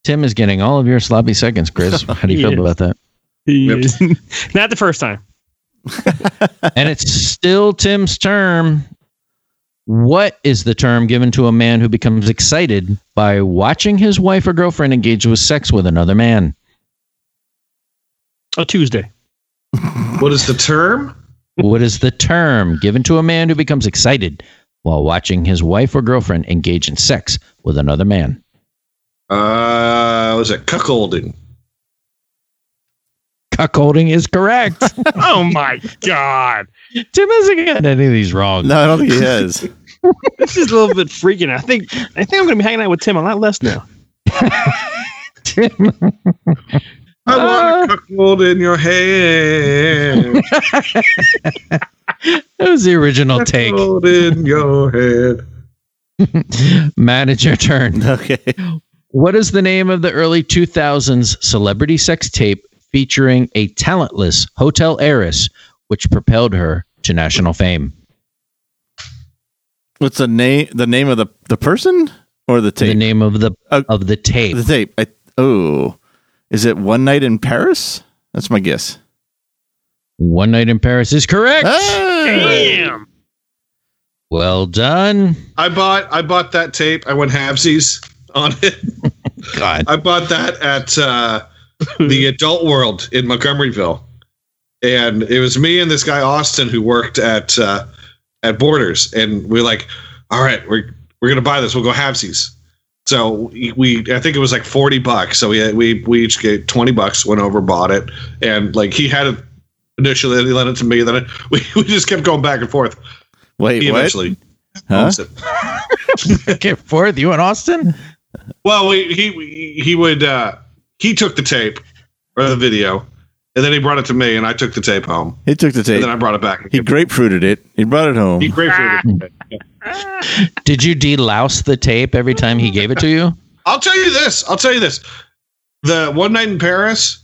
Speaker 1: Tim is getting all of your sloppy seconds, Chris. How do you
Speaker 2: Yes.
Speaker 1: feel about that?
Speaker 2: Not the first time.
Speaker 1: and it's still Tim's term. What is the term given to a man who becomes excited by watching his wife or girlfriend engage with sex with another man?
Speaker 2: A Tuesday.
Speaker 4: What is the term?
Speaker 1: What is the term given to a man who becomes excited while watching his wife or girlfriend engage in sex with another man?
Speaker 4: Uh, was it cuckolding?
Speaker 1: Cuckolding is correct.
Speaker 2: Oh my god.
Speaker 1: Tim hasn't gotten any of these wrong.
Speaker 3: No, I don't think he has.
Speaker 2: This is a little bit freaking. I think I think I'm gonna be hanging out with Tim a lot less now.
Speaker 1: Tim,
Speaker 4: I
Speaker 1: Uh.
Speaker 4: want a cuckold in your hand.
Speaker 1: that was the original take.
Speaker 4: Cuckold in your head.
Speaker 1: Matt, it's your turn.
Speaker 3: Okay.
Speaker 1: What is the name of the early 2000s celebrity sex tape featuring a talentless hotel heiress, which propelled her to national fame?
Speaker 3: What's the name? The name of the the person or the
Speaker 1: The
Speaker 3: tape?
Speaker 1: name of the
Speaker 3: Uh,
Speaker 1: of the tape.
Speaker 3: The tape. I, oh, is it One Night in Paris? That's my guess.
Speaker 1: One Night in Paris is correct.
Speaker 3: Ah! Hey!
Speaker 2: Damn.
Speaker 1: Well done.
Speaker 4: I bought I bought that tape. I went halvesies on it.
Speaker 1: God.
Speaker 4: I bought that at uh, the Adult World in Montgomeryville, and it was me and this guy Austin who worked at uh, at Borders, and we are like, all right, we're we're gonna buy this. We'll go halvesies. So we, we I think it was like forty bucks. So we we we each get twenty bucks. Went over, bought it, and like he had it initially. Then he lent it to me. Then it, we we just kept going back and forth.
Speaker 3: Wait,
Speaker 4: He
Speaker 3: what?
Speaker 4: eventually
Speaker 3: Huh?
Speaker 4: owns it.
Speaker 1: Get forth. You and Austin?
Speaker 4: Well, we, he he would uh, he took the tape or the video, and then he brought it to me, and I took the tape home,
Speaker 3: He took the
Speaker 4: and
Speaker 3: tape.
Speaker 4: then I brought it back.
Speaker 3: He grapefruited it. He brought it home.
Speaker 4: He grapefruited it.
Speaker 1: Did you delouse the tape every time he gave it to you?
Speaker 4: I'll tell you this. I'll tell you this. The one night in Paris,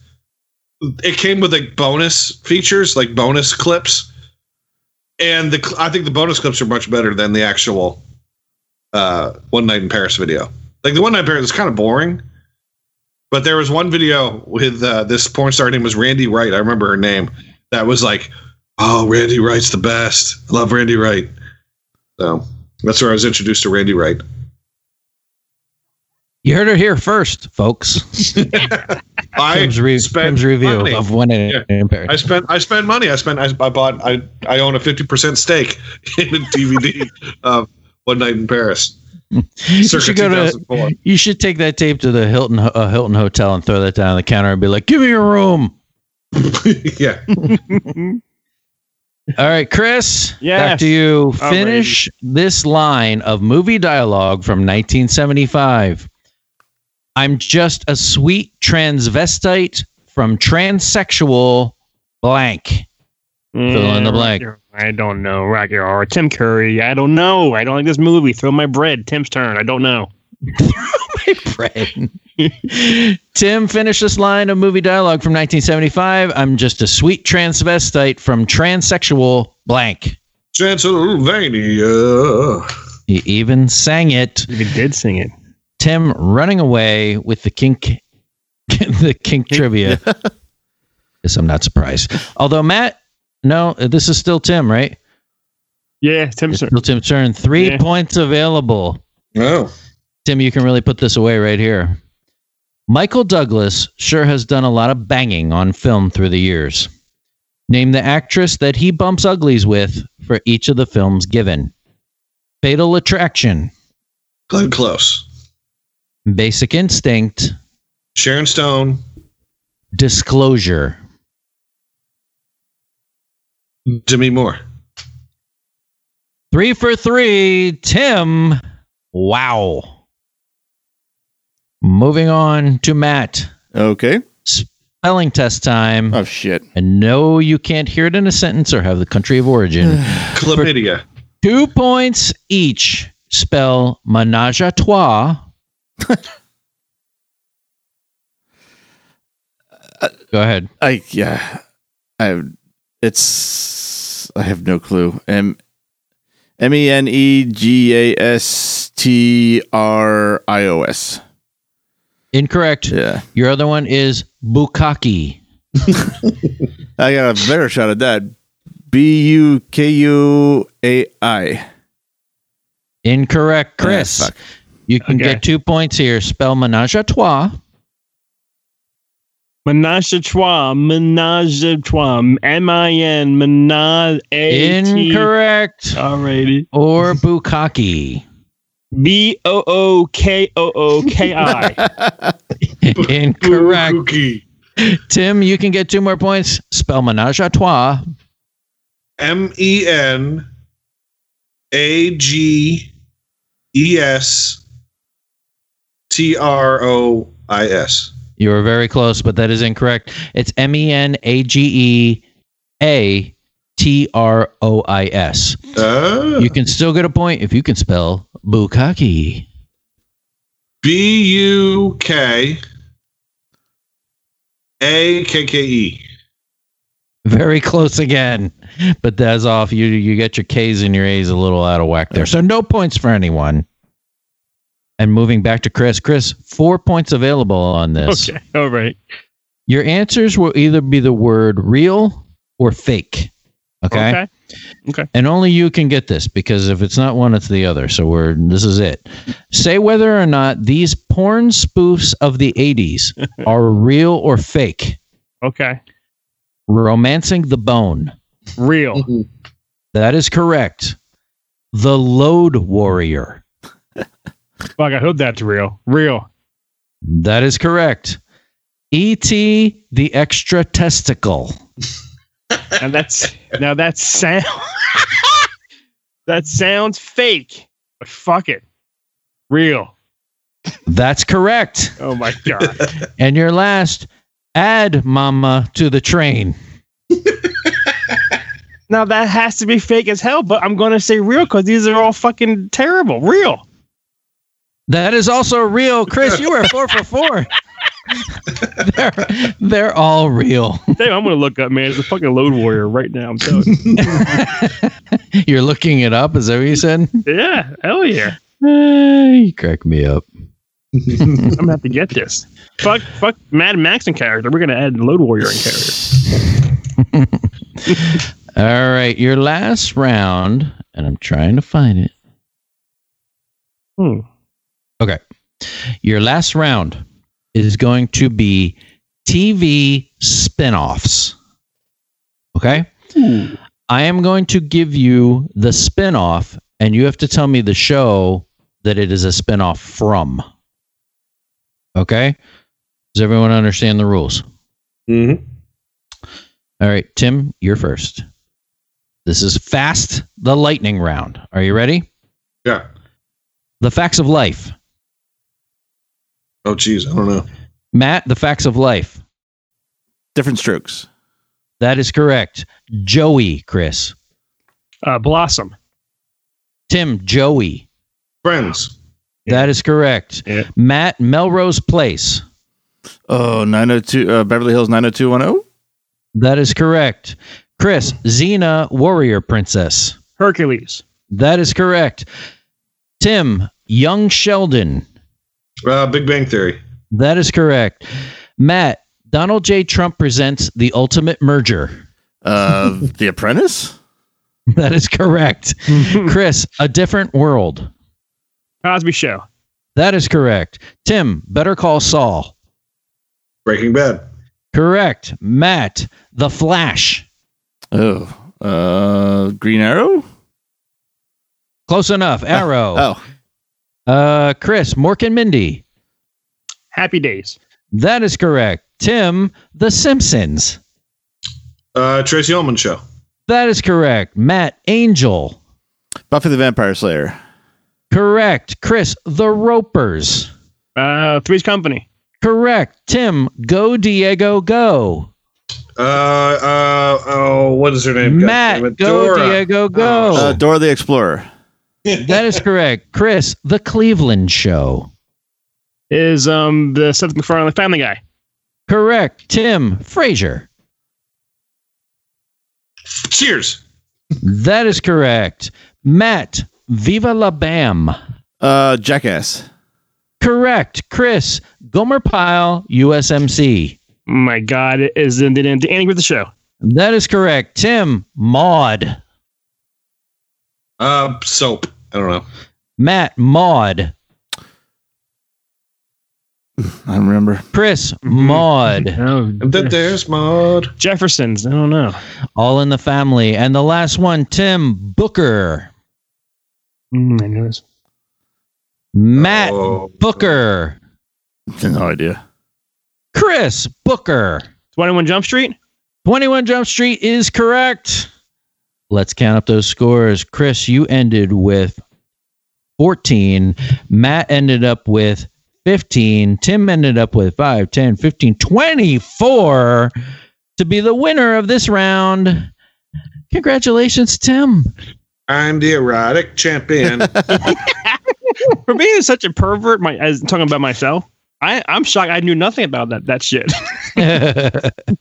Speaker 4: it came with like bonus features, like bonus clips, and the cl- I think the bonus clips are much better than the actual uh, one night in Paris video. Like the one night in Paris is kind of boring, but there was one video with uh, this porn star name was Randy Wright. I remember her name. That was like, oh, Randy Wright's the best. I love Randy Wright. So that's where I was introduced to Randy Wright.
Speaker 1: You heard her here first, folks.
Speaker 4: I
Speaker 1: Tim's, re-
Speaker 4: spent
Speaker 1: Tim's review
Speaker 4: money.
Speaker 1: of One Night in
Speaker 4: I
Speaker 1: Paris.
Speaker 4: spent I spent money. I spent I, I bought I I own a fifty percent stake in a DVD of um, One Night in Paris.
Speaker 1: You
Speaker 4: Circa
Speaker 1: should go
Speaker 4: two
Speaker 1: to
Speaker 4: thousand four.
Speaker 1: You should take that tape to the Hilton uh, Hilton Hotel and throw that down on the counter and be like, "Give me your room."
Speaker 4: yeah.
Speaker 1: All right, Chris.
Speaker 2: Yes.
Speaker 1: Back to you.
Speaker 2: Alrighty.
Speaker 1: Finish this line of movie dialogue from 1975. I'm just a sweet transvestite from transsexual blank. Fill in the blank.
Speaker 2: I don't know. Rocky or Tim Curry. I don't know. I don't like this movie. Throw my bread. Tim's turn. I don't know.
Speaker 1: My friend. Tim, finish this line of movie dialogue from 1975. I'm just a sweet transvestite from transsexual blank.
Speaker 4: Transylvania.
Speaker 1: He even sang it.
Speaker 2: He did sing it.
Speaker 1: Tim running away with the kink, the kink trivia. Guess I'm not surprised. Although Matt, no, this is still Tim, right?
Speaker 2: Yeah, Tim's
Speaker 1: It's
Speaker 2: turn.
Speaker 1: still Tim's turn. Three
Speaker 2: Yeah.
Speaker 1: points available.
Speaker 4: Oh.
Speaker 1: Tim, you can really put this away right here. Michael Douglas sure has done a lot of banging on film through the years. Name the actress that he bumps uglies with for each of the films given. Fatal Attraction,
Speaker 4: Glenn Close.
Speaker 1: Basic Instinct,
Speaker 4: Sharon Stone.
Speaker 1: Disclosure.
Speaker 4: Demi Moore.
Speaker 1: Three for three, Tim. Wow. Moving on to Matt.
Speaker 3: Okay.
Speaker 1: Spelling test time.
Speaker 3: Oh shit.
Speaker 1: And no, you can't hear it in a sentence or have the country of origin.
Speaker 4: Chlamydia.
Speaker 1: Two points each. Spell menage a trois. Go ahead.
Speaker 3: I yeah. I it's I have no clue. M M E N E G A S T R I O S.
Speaker 1: Incorrect.
Speaker 3: Yeah.
Speaker 1: Your other one is bukkake.
Speaker 3: I got a better shot at that. B U K U A I.
Speaker 1: Incorrect, Chris.
Speaker 3: Ah, fuck.
Speaker 1: you can
Speaker 2: Okay.
Speaker 1: get two points here. Spell menage a trois.
Speaker 2: Menage a trois, menage a trois, M I N, menage a T.
Speaker 1: Incorrect.
Speaker 2: Alrighty.
Speaker 1: Or bukkake.
Speaker 2: B O O K O O K I.
Speaker 1: Incorrect. Tim, you can get two more points. Spell menage a trois.
Speaker 4: M E N A G E S T R O I S.
Speaker 1: You were very close, but that is incorrect. It's M E N A G E A T R O I S.
Speaker 4: Uh,
Speaker 1: You can still get a point if you can spell bukkake.
Speaker 4: B U K A K K E.
Speaker 1: Very close again, but that's off. You you get your K's and your A's a little out of whack there. So no points for anyone. And moving back to Chris. Chris, four points available on this.
Speaker 2: Okay. All right.
Speaker 1: Your answers will either be the word real or fake. okay.
Speaker 2: Okay.
Speaker 1: and only you can get this because if it's not one, it's the other. So we're this is it. Say whether or not these porn spoofs of the '80s are real or fake.
Speaker 2: Okay.
Speaker 1: Romancing the bone.
Speaker 2: Real.
Speaker 1: That is correct. The load warrior.
Speaker 2: Fuck, I hope that's real. Real.
Speaker 1: That is correct. E.T. the extra testicle.
Speaker 2: And that's now that sound that sounds fake. But fuck it. Real.
Speaker 1: That's correct.
Speaker 2: Oh my god.
Speaker 1: And your last, add mama to the train.
Speaker 2: now that has to be fake as hell, but I'm gonna say real because these are all fucking terrible. Real.
Speaker 1: That is also real. Chris, you were four for four. they're, they're all real.
Speaker 2: Damn, I'm gonna look up, man. It's a fucking load warrior right now. I'm telling you.
Speaker 1: You're looking it up. Is that what you said?
Speaker 2: Yeah, hell yeah.
Speaker 1: Eh, you crack me up.
Speaker 2: I'm gonna have to get this. Fuck, fuck, Mad Max in character. We're gonna add Load Warrior in character.
Speaker 1: All right. Your last round, and I'm trying to find it.
Speaker 2: Hmm.
Speaker 1: Okay. Your last round is going to be TV spin-offs. Okay? I am going to give you the spin-off and you have to tell me the show that it is a spin-off from. Okay? Does everyone understand the rules?
Speaker 4: Mm-hmm.
Speaker 1: All right, Tim, you're first. This is fast the lightning round. Are you ready?
Speaker 4: Yeah.
Speaker 1: The facts of life.
Speaker 4: Oh, geez. I don't know.
Speaker 1: Matt, the facts of life.
Speaker 3: Different strokes.
Speaker 1: That is correct. Joey, Chris.
Speaker 2: Uh, Blossom.
Speaker 1: Tim, Joey.
Speaker 4: Friends.
Speaker 1: That is correct.
Speaker 2: Yeah.
Speaker 1: Matt, Melrose Place.
Speaker 3: Oh, 902, uh, Beverly Hills 90210?
Speaker 1: That is correct. Chris, Xena, Warrior Princess.
Speaker 2: Hercules.
Speaker 1: That is correct. Tim, Young Sheldon.
Speaker 4: Uh, Big Bang Theory.
Speaker 1: That is correct. Matt, Donald J. Trump presents The Ultimate Merger.
Speaker 3: Uh, the Apprentice?
Speaker 1: That is correct. Chris, A Different World.
Speaker 2: Cosby Show.
Speaker 1: That is correct. Tim, Better Call Saul.
Speaker 4: Breaking Bad.
Speaker 1: Correct. Matt, The Flash.
Speaker 3: Oh, uh, Green Arrow?
Speaker 1: Close enough. Arrow.
Speaker 3: Oh,
Speaker 1: Uh, Chris, Mork and Mindy.
Speaker 2: Happy Days.
Speaker 1: That is correct. Tim, The Simpsons.
Speaker 4: Uh, Tracy Ullman Show.
Speaker 1: That is correct. Matt, Angel.
Speaker 3: Buffy the Vampire Slayer.
Speaker 1: Correct. Chris, The Ropers.
Speaker 2: Uh, Three's Company.
Speaker 1: Correct. Tim, Go Diego Go.
Speaker 4: Uh, uh, oh, what is her name? God damn
Speaker 1: Matt,
Speaker 4: it.
Speaker 1: Go
Speaker 4: Dora.
Speaker 1: Diego Go.
Speaker 3: Uh, Dora the Explorer.
Speaker 1: that is correct. Chris, The Cleveland Show.
Speaker 2: Is um the Seth MacFarlane Family Guy.
Speaker 1: Correct. Tim, Frasier.
Speaker 4: Cheers.
Speaker 1: That is correct. Matt, Viva la Bam.
Speaker 3: Uh, Jackass.
Speaker 1: Correct. Chris, Gomer Pyle, USMC.
Speaker 2: My God, it is the, the, the ending with the show.
Speaker 1: That is correct. Tim, Maud.
Speaker 4: Uh, soap. I don't know.
Speaker 1: Matt, Maud.
Speaker 3: I don't remember.
Speaker 1: Chris, Maud.
Speaker 2: Oh,
Speaker 4: And then there's Maud.
Speaker 2: Jefferson's. I don't know.
Speaker 1: All in the family. And the last one, Tim, Booker.
Speaker 2: Mm, I noticed.
Speaker 1: Matt,
Speaker 4: Oh.
Speaker 1: Booker.
Speaker 3: No idea.
Speaker 1: Chris, Booker.
Speaker 2: 21 Jump Street?
Speaker 1: 21 Jump Street is correct. Let's count up those scores. Chris, you ended with 14. Matt ended up with 15. Tim ended up with 5, 10, 15, 24 to be the winner of this round. Congratulations, Tim.
Speaker 4: I'm the erotic champion.
Speaker 2: For being such a pervert, my as talking about myself, I, I'm shocked I knew nothing about that that shit.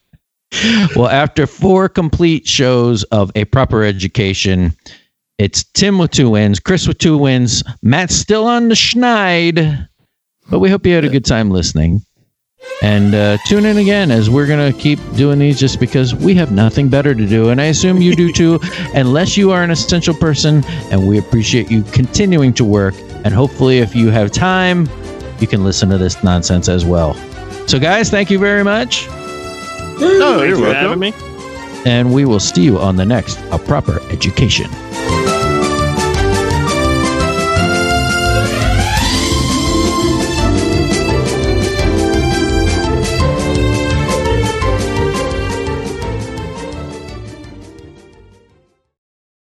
Speaker 1: well, after four complete shows of a proper education, it's Tim with two wins, Chris with two wins, Matt's still on the schneid. But we hope you had a good time listening. And uh, tune in again as we're going to keep doing these just because we have nothing better to do. And I assume you do too, unless you are an essential person. And we appreciate you continuing to work. And hopefully, if you have time, you can listen to this nonsense as well. So, guys, thank you very much.
Speaker 3: No,
Speaker 2: Thank
Speaker 3: you're
Speaker 2: you for having
Speaker 3: welcome.
Speaker 2: me.
Speaker 1: And we will see you on the next A Proper Education.